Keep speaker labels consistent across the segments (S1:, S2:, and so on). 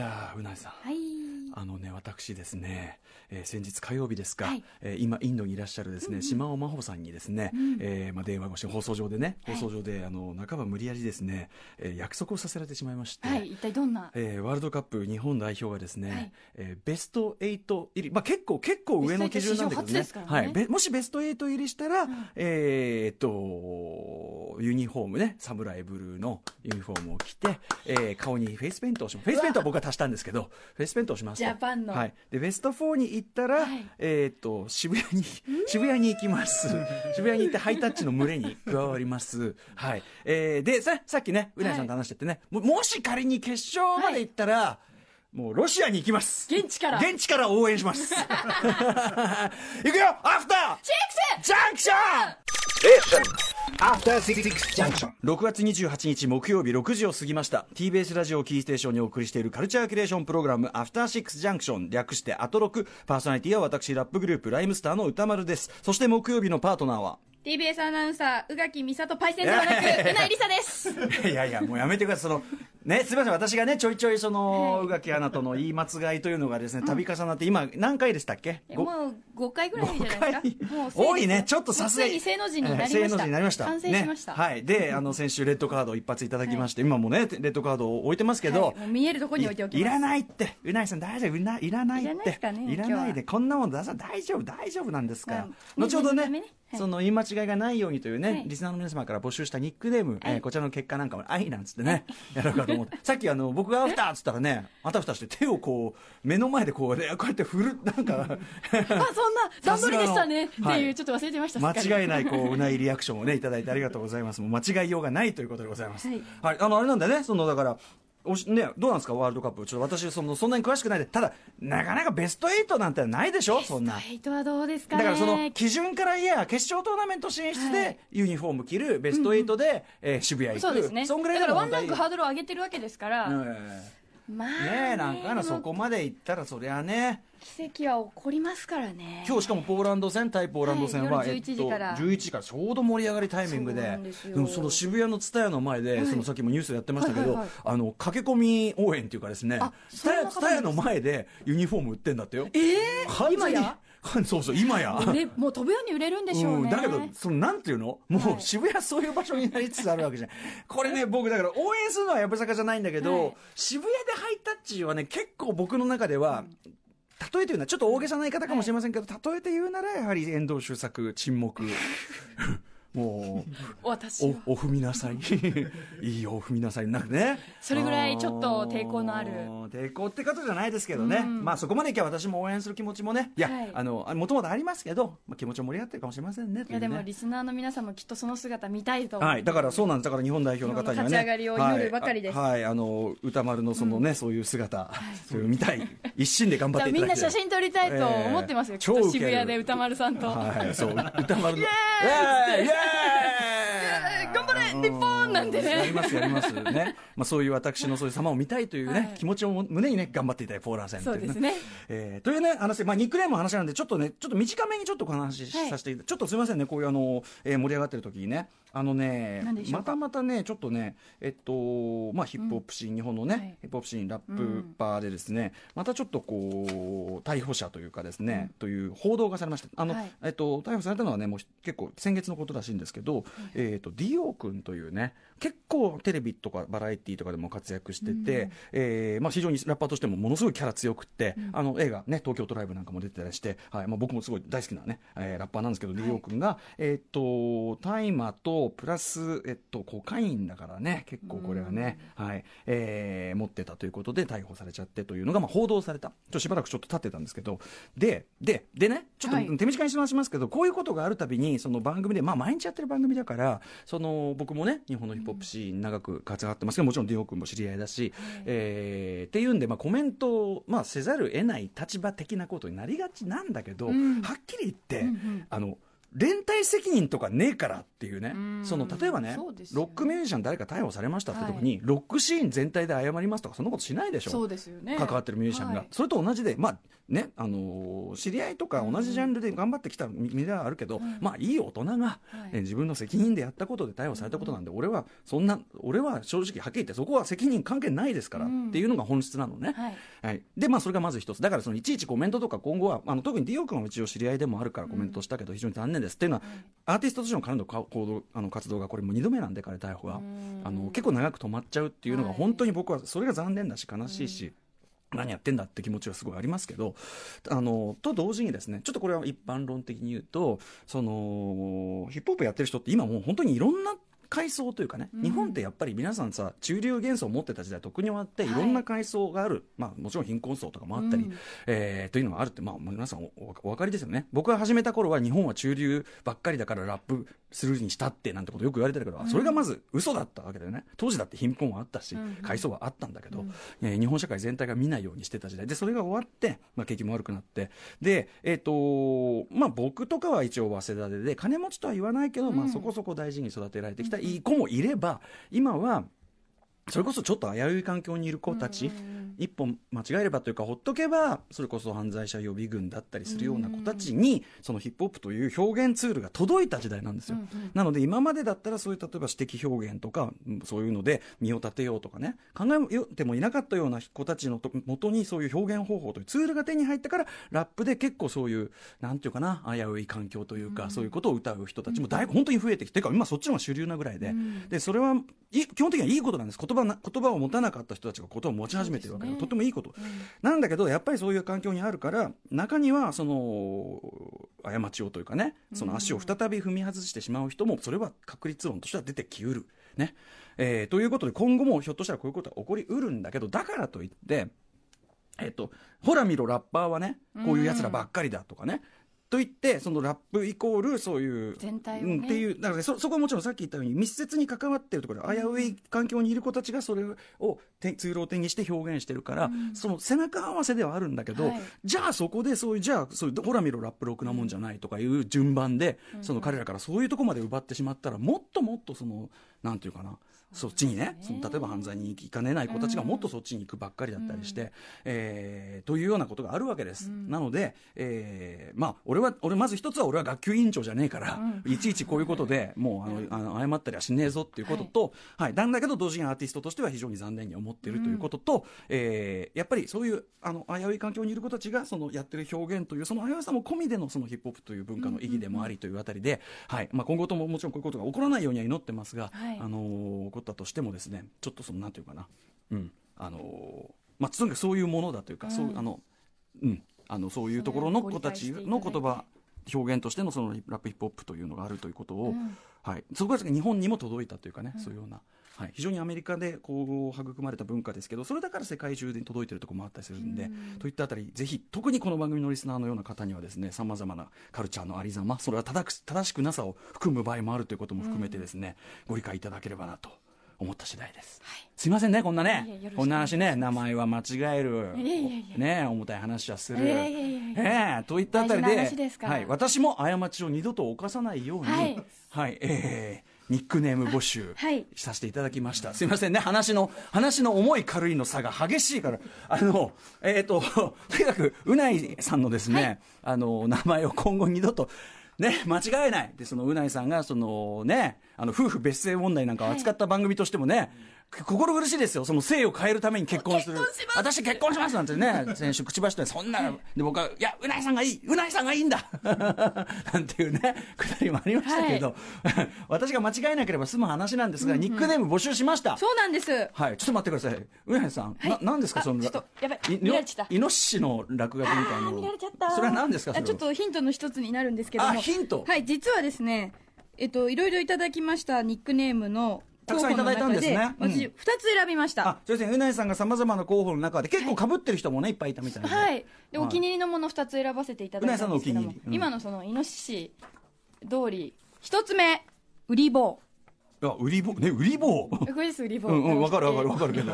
S1: やーうなえさん
S2: はい。
S1: あのね、私ですね、えー先日火曜日ですか、
S2: はい
S1: えー今、インドにいらっしゃるですね、島尾真帆さんにですね、
S2: ん
S1: えーまあ、電話越し、放送上でね、
S2: は
S1: 放送
S2: い
S1: 上で、あの半ば無理やりですね、えー約束をさせられてしまいまして、
S2: はい。一体どんな。
S1: えーワールドカップ日本代表がですね、
S2: はい
S1: えーベスト8入り、まあ、結構、結構上の基準なんだけどね
S2: ベスト8史上初ですからね
S1: はい、べもしベスト8入りしたら、
S2: ん
S1: えーっと、ユニフォームね、サムライブルーのユニフォームを着て、えー顔にフェイスペイントをします。フェイスペイントは僕は足したんですけど、フェイスペイントをしますと。
S2: ジャパンの
S1: はい。で、ベスト4に行ったら、
S2: はい
S1: えーっと、渋谷に、渋谷に行きます。渋谷に行ってハイタッチの群れに加わります。はい。えーで、さ、さっきね、うなぎさんと話しててね、ももし仮に決勝まで行ったら、もうロシアに行きます。
S2: 現地から
S1: 現地から応援し ます。行くよアフター
S2: チェックス
S1: ジャンクション
S3: After Six Junction.
S1: 6月28日木曜日6時を過ぎました TBS ラジオをキーステーションにお送りしているカルチャーキュレーションプログラム「アフターシックスジャンクション」略して「アトロク」パーソナリティは私ラップグループライムスターの歌丸ですそして木曜日のパートナーは
S2: TBS アナウンサー、宇垣美里パイセンではなく、うないりさです。
S1: いやいや、もうやめてください。その、ね、すみません、私がね、ちょいちょい、その、宇垣アナとの言い間違いというのがですね、度重なって、今、何回でしたっけ
S2: え
S1: ご
S2: もう5回ぐらいじゃないですか。もう
S1: 多いね、ちょっとさすが
S2: に。正の字になりま
S1: えー
S2: し
S1: 正の
S2: た。
S1: 字になりました。
S2: 完成しました。
S1: ね、はい。で、あの、先週、レッドカードを一発いただきまして、今もね、レッドカードを置いてますけど、
S2: はいもう見えるとこに置いておきます
S1: いらないって、うないさん、大丈夫、いないらないって。
S2: いらないですかね
S1: いらないで、こんなもん出さ、大丈夫、大丈夫なんですから。
S2: まあ
S1: 後ほどね、
S2: 念のためねはい
S1: その言い間違いがないようにというね、
S2: はい
S1: リスナーの皆様から募集したニックネーム、えー
S2: はい
S1: こちらの結果なんかも、愛なんつってね、やろうかと思 って。さっき、あの、僕がアフターっつったらね、あたふたして手をこう、目の前でこう、ね、こうやって振る、なんか、
S2: あ、そんな、段取りでしたね。っ
S1: さ
S2: て
S1: すがのはい
S2: いう、ちょっと忘れてました。すっ か
S1: 間
S2: り
S1: 違いないこううないリアクションをねいただいてありがとうございますもう間違いようがないということでございますは
S2: はいい、
S1: あのあれなんだよねそのだからおしね、どうなんですかワールドカップちょっと私そのそんなに詳しくないでただなかなかベスト8なんてないでしょそんな
S2: ベストエイトはどうですか
S1: だ
S2: ね。
S1: からその基準から言えば決勝トーナメント進出
S2: は
S1: で
S2: い
S1: ユニフォーム着るベスト8で、えー渋谷行く
S2: そうですね。
S1: そんぐらい
S2: だ
S1: なら
S2: からワンランクハ
S1: 問
S2: ードルを上げてるわけですから、
S1: 題うん
S2: まあ
S1: ねえなんかな
S2: でも
S1: そこまで行ったらそりゃね
S2: 奇跡は起こりますからね。
S1: 今日しかもポーランド戦対ポーランド戦は、
S2: はい夜
S1: えっと
S2: 11時から
S1: 11時からちょうど盛り上がりタイミングで
S2: そうなんですよ
S1: もその渋谷の蔦屋の前で、
S2: い
S1: そのさっきもニュースでやってましたけど、
S2: はいはいはい
S1: あの駆け込み応援っていうかですね
S2: あ
S1: 蔦屋
S2: そんな方
S1: 蔦屋の前でユニフォーム売ってんだってよ
S2: え
S1: 完
S2: え
S1: 全に
S2: 今や
S1: 完そうそう今や
S2: 売れもう飛ぶように売れるんでしょうね。
S1: ん、だけどそのなんていうのも
S2: は
S1: う
S2: い
S1: 渋谷そういう場所になりつつあるわけじゃ んこれね僕だから応援するのはやぶさかじゃないんだけど、
S2: はい
S1: 渋谷でハイタッチはね結構僕の中では、例えて言うのはちょっと大げさな言い方かもしれませんけど、例えて言うならやはり遠藤周作沈 黙 も
S2: 私
S1: う
S2: は
S1: おお踏みなさい いいよお踏みなさいなんかね
S2: それぐらいちょっと抵抗のある
S1: ー抵抗ってことじゃないですけどね、
S2: うん
S1: まあそこまでいけば私も応援する気持ちもねいや、
S2: はい
S1: あのもともとありますけど、まあ、気持ちも盛り上がってるかもしれませんねと
S2: いうや
S1: ね
S2: でもリスナーの皆さんもきっとその姿見たいと、
S1: はい、だからそうなんですだから日本代表の方にはね
S2: 日本の勝ち上がりを祈るばかりです
S1: はい、はいあの歌丸のそのね、そういう姿、そういう見たい一心で頑張っ
S2: じゃあ
S1: てい
S2: み
S1: た
S2: ん
S1: だ
S2: な
S1: き
S2: 写
S1: たい
S2: 真撮りたいと思ってますよ、
S1: えー
S2: きっ
S1: 超ウケ
S2: と
S1: る
S2: 渋谷で歌丸さんと、
S1: はいそう歌丸のイエ
S2: ーイ
S1: ーイ
S2: 頑張れ
S1: うん
S2: 日本なんてね
S1: やりますやりますね、まあ、そういう私のそういう様を見たいというね、
S2: はい
S1: 気持ちを胸にね頑張っていただいてポーラン戦と
S2: そ
S1: いううね
S2: ですね
S1: えーというね話、まあ、ニックネームの話なんでちょっとねちょっと短めにちょっとお話し
S2: はい
S1: させて、ちょっとすみませんねこういうあの、えー盛り上がってる時にねあのね
S2: 何でしょ
S1: ま
S2: うか
S1: たまたねちょっとねえっとまあヒップホップシーン、日本のね、
S2: はい
S1: ヒップホップシーンラップバーでですね、またちょっとこう逮捕者というかですね、という報道がされましたあの、
S2: はい
S1: えっと、逮捕されたのはねもう結構先月のことらしいんですけど、えっとディオ君というね結構テレビとかバラエティーとかでも活躍してて、えーまあ、非常にラッパーとしてもものすごいキャラ強くって、あの映画、ね「東京ドライブ」なんかも出てたりして、はいまあ、僕もすごい大好きな、ねえーラッパーなんですけど、ディオ君が、えっと大麻とプラス、えっとコカインだからね結構これはね、はいえー持ってたということで逮捕されちゃってというのが、まあ、報道されたちょっとしばらくちょっと経ってたんですけどでででねちょっと、
S2: はい
S1: 手短にしますけどこういうことがあるたびにその番組で、まあ、毎日やってる番組だからその僕もね日本のヒップホップシーン長く活躍ってますけどもちろんディオ君も知り合いだし、えーっていうんで、まあ、コメントを、まあ、せざるを得ない立場的なことになりがちなんだけど、
S2: うん
S1: はっきり言って、
S2: うんうん
S1: あの連帯責任とかねえからっていうね
S4: うん
S1: その例えばね
S4: そうですよ
S1: ロ
S4: ね
S1: ックミュージシャン誰か逮捕されましたって時に、
S4: は
S1: ロックシーン全体で謝りますとかそんなことしないでしょ
S4: そうですよね
S1: 関わってるミュージシャンが、
S4: はい
S1: それと同じで、まあねあのー知り合いとか同じジャンルで頑張ってきた身身ではあるけど、まあ、いい大人が、えー自分の責任でやったことで逮捕されたことなんで、俺はそんな俺は正直はっきり言ってそこは責任関係ないですから、
S4: うん
S1: っていうのが本質なのね。
S4: はい
S1: はい、でまあそれがまず一つだからそのいちいちコメントとか今後はあの特にディオ君は一応知り合いでもあるからコメントしたけど非常に残念です、っていうのはアーティストとしての彼のか行動あの活動がこれもう2度目なんで彼逮捕が、
S4: うん
S1: あの結構長く止まっちゃうっていうのが
S4: はい
S1: 本当に僕はそれが残念だし悲しいし。何やってんだって気持ちはすごいありますけど、あの、と同時にですね、ちょっとこれは一般論的に言うと、その、ヒップホップやってる人って今もう本当にいろんな階層というかね、
S4: うん
S1: 日本ってやっぱり皆さんさ、中流元素を持ってた時代、特に終わって、い
S4: はい
S1: ろんな階層がある、まあもちろん貧困層とかもあったり、
S4: うん
S1: えーというのがあるって、まあ皆さんおおお分かりですよね。僕が始めた頃は日本は中流ばっかりだからラップするにしたってなんてことよく言われてたけど、それがまず嘘だったわけだよね。当時だって貧困はあったし、
S4: うん
S1: 階層はあったんだけど、
S4: うん
S1: えー日本社会全体が見ないようにしてた時代でそれが終わって、まあ、景気も悪くなってで、えっとまあ、僕とかは一応早稲田でで金持ちとは言わないけど、まあ、
S4: うん
S1: そこそこ大事に育てられてきたいい子もいれば今はそれこそちょっと危うい環境にいる子たち、
S4: うん
S1: 一本間違えればというかほっとけばそれこそ犯罪者予備軍だったりするような子たちに、そのヒップホップという表現ツールが届いた時代なんですよ。
S4: うんうん
S1: なので今までだったらそういう例えば私的表現とかうんそういうので身を立てようとかね考えてもいなかったような子たちのと元にそういう表現方法というツールが手に入ったからラップで結構そういうなんていうかな危うい環境というか、そういうことを歌う人たちもだいぶ本当に増えてきててか今そっちの方が主流なぐらいで、
S4: うん
S1: でそれはい基本的にはいいことなんです言葉な言葉を持たなかった人たちが言葉を持ち始めてるわけで
S4: そうですね
S1: とてもいいこと、なんだけどやっぱりそういう環境にあるから中にはその過ちをというかねその足を再び踏み外してしまう人もそれは確率論としては出てきうる。ねえーということで今後もひょっとしたらこういうことは起こりうるんだけどだからといって、えっとほら見ろラッパーはねこういうやつらばっかりだとかね。と言ってそのラップイコールそういう
S4: 全体を
S1: う
S4: ね
S1: ん、っていうだからそそこはもちろんさっき言ったように密接に関わってるところ危うい環境にいる子たちがそれをてツールを手にして表現してるから、その背中合わせではあるんだけど、
S4: はい
S1: じゃあそこでそういうじゃあそういうほら見ろラップろくなもんじゃないとかいう順番で、その彼らからそういうとこまで奪ってしまったらもっともっとそのなんていうかなそっちにねその例えば犯罪に行かねない子たちがもっとそっちに行くばっかりだったりして、えーというようなことがあるわけです。なので、えーまあ俺は俺まず一つは俺は学級委員長じゃねえから、いちいちこういうこと でもうあのあの謝ったりはしねえぞっていうことと、はいなんだけど同時にアーティストとしては非常に残念に思っているということと、えーやっぱりそういうあの危うい環境にいる子たちがそのやってる表現というその危うさも込みでのそのヒップホップという文化の意義でもありというあたりで、はいまあ、今後とももちろんこういうことが起こらないようには祈ってますが、
S4: はい
S1: あのー起こったとしてもですねちょっとそのなんていうかな、うんあのーまあ、とにかくそういうものだというか、
S4: うん
S1: そうあのうん、あのそういうところの子たちの
S4: それ
S1: 言
S4: をご理解していただ
S1: 葉表現としてのそのラップヒップホップというのがあるということ
S4: う
S1: を、
S4: ん
S1: はい、そこが日本にも届いたというかね、そういうような、はい、非常にアメリカでこう育まれた文化ですけどそれだから世界中で届いてるところもあったりするんで、といったあたりぜひ特にこの番組のリスナーのような方にはですねさまざまなカルチャーのありざまそれは正く正しくなさを含む場合もあるということも含めてですね、ご理解いただければなと思った次第です。すいませんねこんない
S4: えいえよろしくお願いし
S1: ね
S4: ます
S1: こんな話ね名前は間違える
S4: いえいえいえ
S1: ね重たい話はする。
S4: いえいえいえいえ
S1: ええといったあた
S4: 大事
S1: り
S4: な
S1: で
S4: 話ですから
S1: はい、私も過ちを二度と犯さないように、 は
S4: はいい
S1: えーニックネーム募集
S2: はい
S1: させていただきました、すいませんね話の話の重い軽いの差が激しいからあのえっ、と とにかくうないさんのですね、あの名前を今後二度とね、間違えないでそのうないさんがその、ね、あの夫婦別姓問題なんかを扱った番組としてもね、心苦しいですよ、その姓を変えるために結婚する、私、結婚しますなんてね、先週、口走って、そんな、で僕は、いや、うないさんがいい、うないさんがいいんだ なんていうね、くだりもありましたけど、 私が間違えなければ済む話なんですが、ニックネーム募集しました。
S2: そうなんです。
S1: はい、ちょっと待ってください。うなやさん、ななんですか
S4: あ
S1: その
S4: ちょっとやばい
S1: い
S4: 見られちゃった
S1: イノシシの落書きみたいなの。
S4: 見られちゃった
S1: それは何ですかそれ
S2: あ
S1: は
S2: ちょっとヒントの一つになるんですけども
S1: あヒント
S2: はい実はですねえっといろいろいただきましたニックネームの
S1: たくさんいただいたんですね
S2: 候補の中で
S1: う
S2: 私二つ選びました、
S1: あ、そうですね。うなやさんがさまざまな候補の中で結構被ってる人もね、いっぱいいたみたいな。
S2: はい、でお気に
S1: 入
S2: 入りのもの2つ選ばせていただいたんですけ
S1: う
S2: ど
S1: なえさんのお気
S2: も
S1: に入りうん
S2: 今のそのイノシシ通り1つ目ウリ棒
S1: り。あ、売り棒ね、売り棒。
S2: えこれですウリ棒
S1: うんうん、わかるわかるわかるけど。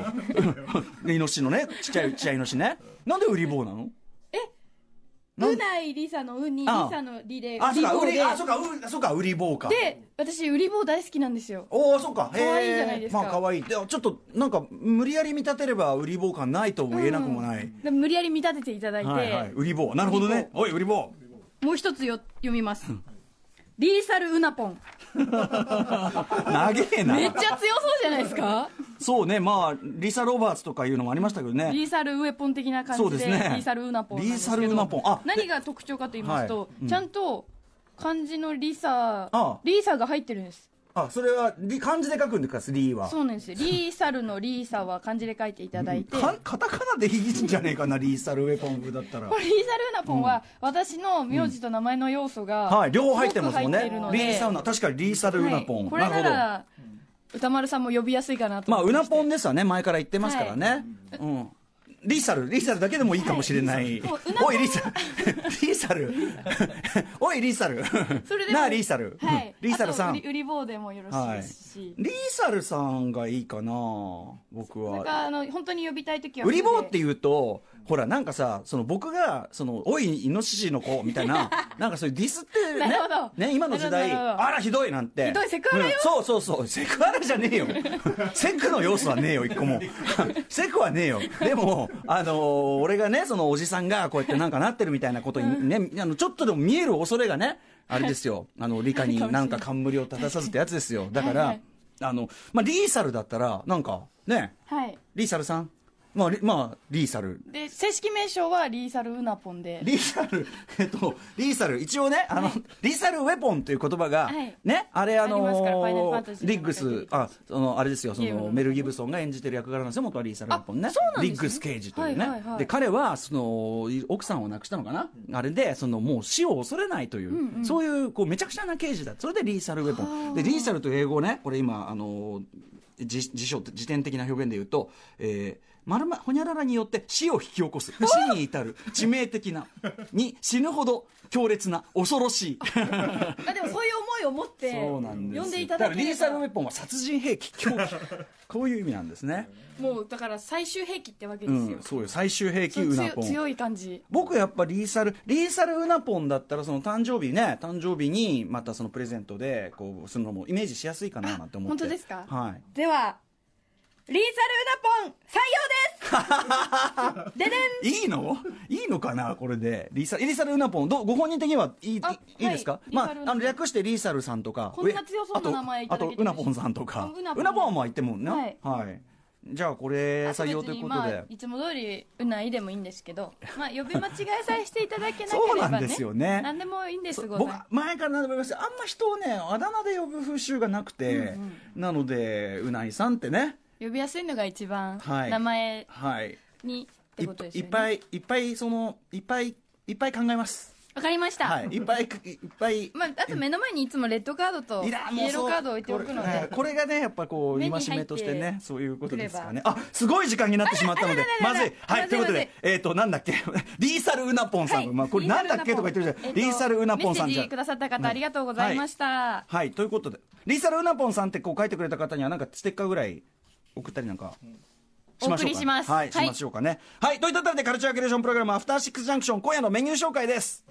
S1: でイノシシのね、ちっちゃいちっちゃいイノシシね。なんで売り棒なの？なん
S2: うないりさのうにり
S1: ああ
S2: さのりで
S1: あ
S2: う
S1: そ
S2: り
S1: うか
S2: ぼ
S1: 売
S2: う
S1: り
S2: で
S1: あそうかうそうか売り棒か
S2: で私うりぼう大好きなんですよ
S1: おおそうかへー
S2: 可愛いじゃないですか
S1: まあ可愛いでちょっとなんか無理やり見立てれば売り棒感ないとも言えなくもない、
S2: で無理やり見立てていただいて、
S1: はいはい売り棒なるほどねおい売り 棒
S2: もう一つよ読みますリーサルウナポン
S1: 長えな
S2: めっちゃ強そうじゃないですか
S1: そうねまあリサ・ロバーツとかいうのもありましたけどね
S2: リーサルウエポン的な感
S1: そう
S2: じ
S1: で
S2: です
S1: ね
S2: リーサルウナポンなんですけど
S1: リーサルウナポンあ
S2: 何が特徴かと言いますと、
S1: はいうん
S2: ちゃんと漢字のリサ
S1: あ
S2: リーサが入ってるんです
S1: あそれはリ漢字で書くんですかリーは
S2: そうなんですよリーサルのリーサは漢字で書いていただい て
S1: かカタカナでいいんじゃねえかなリーサルウェポン風だったら
S2: これリーサルーナポンは私の名字と名前の要素が、
S1: はい両方入ってますもんね
S2: すごく入っているので
S1: リーサウナ確かにリーサルウナポン、
S2: はいこれな
S1: るほど
S2: ら歌丸さんも呼びやすいかなと
S1: まあ
S2: 思
S1: ウ
S2: い
S1: ナ
S2: して
S1: ポンですわね前から言ってますからね、うんリーサルリーサルだけでもいいかもしれない、
S2: はいもうウナ
S1: お
S2: ポン
S1: いリーサルリーサル おいリーサル
S2: それでも
S1: なあリーサル、
S2: はい、
S1: リーサルさん
S2: あと売り売り棒でもよろしいですし、
S1: リーサルさんがいいかな僕
S2: そ
S1: は
S2: れかあの本当に呼びたい時は
S1: 売り棒って
S2: う
S1: 言うとほらなんかさその僕がその「おいイノシシの子」みたい ななんかそういうディスってね
S2: なるほど
S1: ね今の時代
S2: なるほどなるほど
S1: あらひどいなんて
S2: ひどいセクハラよ
S1: うんそうそうそうセクハラじゃね えよセクの要素はねえよ一個も セクはねえよでもあのー俺がねそのおじさんがこうやってなんかなってるみたいなことにね、あのちょっとでも見える恐れがねあれですよあの理科になんか冠を立たさずってやつですよだから、
S2: はいはい
S1: あのまあリーサルだったらなんかね
S2: はい
S1: リーサルさん、まあ、リまあ、リーサル。
S2: で正式名称はリーサルウナポンで
S1: リーサル、 えっと、リーサル、一応ね、あの、リーサルウェポンという言葉が、
S2: はい
S1: ね、あれ、あ
S2: ありますからファイナルファ
S1: の
S2: ンタジ
S1: ー、
S2: ーの中で
S1: ディッグス、あ、その、あれですよ、そ
S2: ゲーム
S1: の、
S2: の
S1: メル・ギブソンが演じてる役柄なんですよ、元はリーサルウェポンね。
S2: あそうなんですね
S1: ディッグス・ケージというね。
S2: はいはいはい
S1: で、彼は、その、奥さんを亡くしたのかな、あれで、その、もう死を恐れないという、そういう、こう、めちゃくちゃな刑事だ。それでリーサルウェポン。で、リーサルという英語ね、これ今、あのー、辞辞書、辞典的な表現で言うと、えーまるま、ほにゃららによって死を引き起こす。死に至る。致命的な。に、死ぬほど強烈な、恐ろしい。
S2: あでもそういう思いを持って
S1: そうなんですよ
S2: 呼んでいただ
S1: か
S2: け
S1: らリ
S2: れ
S1: ーサルウ
S2: ば
S1: ェポンは殺人兵器凶器こういう意味なんですね、
S2: もうだから最終兵器ってわけで
S1: う
S2: すよ
S1: ん、、そういう最終兵器
S2: そう
S1: ウ
S2: 強
S1: ナ
S2: い
S1: ポン
S2: 強い感じ
S1: 僕やっぱリーサルリーサルウナポンだったらその誕生日ね誕生日にまたそのプレゼントでこうそのもイメージしやすいかななんて思って
S2: あ本当ですか
S1: はい
S2: ではリーサルウナポン採用です ででん
S1: いいのいいのかなこれでリーサリーサルウナポンどうご本人的にはいい
S2: あ
S1: いいですか、
S2: はい
S1: ま
S2: リーサルウ
S1: あ
S2: ナ
S1: あの
S2: ポン
S1: 略してリーサルさんとか
S2: こんな強そ
S1: えあ
S2: うな
S1: と
S2: 名前いただけてる
S1: あとウナポンさんとか
S2: あ
S1: ウ
S2: ウ
S1: ナ
S2: ナ
S1: ポ
S2: ポ
S1: ン
S2: ン
S1: は言ってもんね
S2: はい
S1: はい、じゃあこれ採用ということ
S2: あ
S1: で、
S2: 別にまあ、いつも通りうないでもいいんですけど、まあ、呼び間違えさえしていただけなければ、ね、
S1: そうなんですよね
S2: 何でもいいんです
S1: そう
S2: ご
S1: 僕
S2: ざい
S1: 前から何度も言いましたあんま人をねあだ名で呼ぶ風習がなくて、なのでうないさんってね
S2: 呼びやすいのが一番、
S1: はい
S2: 名前
S1: はい
S2: にっ
S1: い
S2: て
S1: っ
S2: ことです
S1: い
S2: よ
S1: っ
S2: ね
S1: ぱいいっぱいそのいっぱいいっぱい考えます
S2: わかりました、
S1: はいいっぱいいいっぱい
S2: まあ、あと目の前にいつもレッドカードとイ
S1: い
S2: エ
S1: らんもう
S2: ロ
S1: そう
S2: ーカードを置いておくの
S1: これ,は
S2: で
S1: い、これがねやっぱこう
S2: 目に
S1: 戒
S2: 入って
S1: めとしてねそういうことですかね
S2: くれ
S1: あすごい時間になってしまったので
S2: あ
S1: ま
S2: らららら
S1: ずいは
S2: ま
S1: いと
S2: ず
S1: い
S2: いう
S1: ことで
S2: ま
S1: えっとなんだっけリーサルウナポンさんまあこれなんだっけとか言ってるじゃんリーサルウナポンさん
S2: メッ
S1: じ
S2: セ
S1: ゃ
S2: ージくださった方ありがとうございました、
S1: はいということでリーサルウナポンさんってこう書いてくれた方にはなんかステッカーぐらい送ったりなんかしましょうか
S2: お送りします
S1: はい
S2: はい
S1: しましょうかねはいといったあたりでカルチャーキュレーションプログラムアフターシックスジャンクション今夜のメニュー紹介です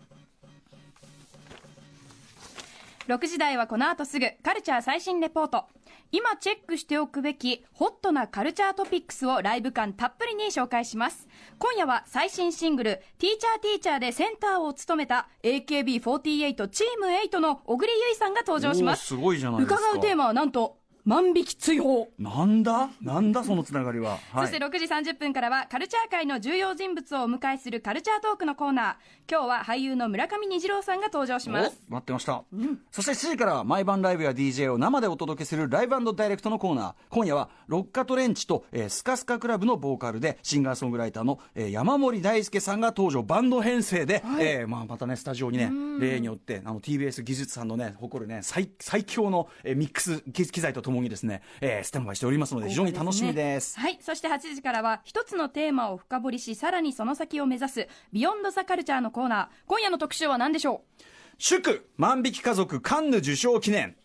S2: 6時台はこの後すぐカルチャー最新レポート今チェックしておくべきホットなカルチャートピックスをライブ感たっぷりに紹介します今夜は最新シングル「ティーチャーティーチャーでセンターを務めた AKB48 チーム8の小栗ゆいさんが登場します
S1: おーすごいじゃないですか
S2: 伺うテーマはなんと万引き追放
S1: なんだなんだそのつながりはは
S2: そして6時30分からはカルチャー界の重要人物をお迎えするカルチャートークのコーナー今日は俳優の村上虹郎さんが登場します
S1: お待ってました、そして7時からは毎晩ライブや DJ を生でお届けするライブダイレクトのコーナー今夜はロッカトレンチと、えースカスカクラブのボーカルでシンガーソングライターの、えー山森大輔さんが登場バンド編成で、えーまあ、またねスタジオにね例によってあの TBS 技術さんのね誇るね最最強の、えーミックス機機材とともにですね、えースタンバイしておりますので非常に楽しみです
S2: はい。そして8時からは、一つのテーマを深掘りし、さらにその先を目指す、ビヨンドザカルチャーのコーナー。今夜の特集は何でしょ
S1: 祝万引き家族カンヌ受賞記念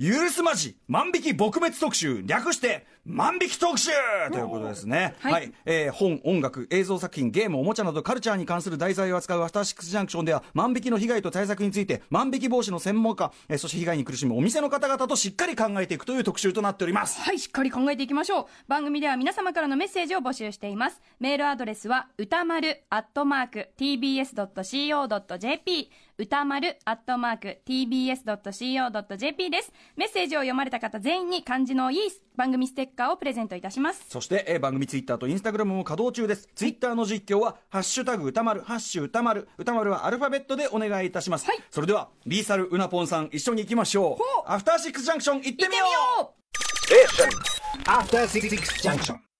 S1: 許すまじ万引き撲滅特集略して万引き特集ということですね。
S2: は
S1: はいい、えー本、音楽、映像作品、ゲーム、おもちゃなどカルチャーに関する題材を扱うアフターシックスジャンクションでは、万引きの被害と対策について、万引き防止の専門家、えーそして被害に苦しむお店の方々としっかり考えていくという特集となっております。
S2: はい、しっかり考えていきましょう。番組では皆様からのメッセージを募集しています。メールアドレスは、歌丸アットマーク tbs.co.jp 歌丸アットマーク tbs.co.jp です。メッセージを読まれた方全員に漢字のいい番組ステッカーをプレゼントいたします。
S1: そして、えー番組ツイッターとインスタグラムも稼働中です。ツイッターの実況は、ハッシュタグ歌丸、ハッシュ歌丸、歌丸はアルファベットでお願いいたします。
S2: はい
S1: それでは、リーサルうなぽんさん、一緒に行きましょう。アフターシックスジャンクション、行ってみよう
S2: 行ってみよう
S3: Station. After Six Junction.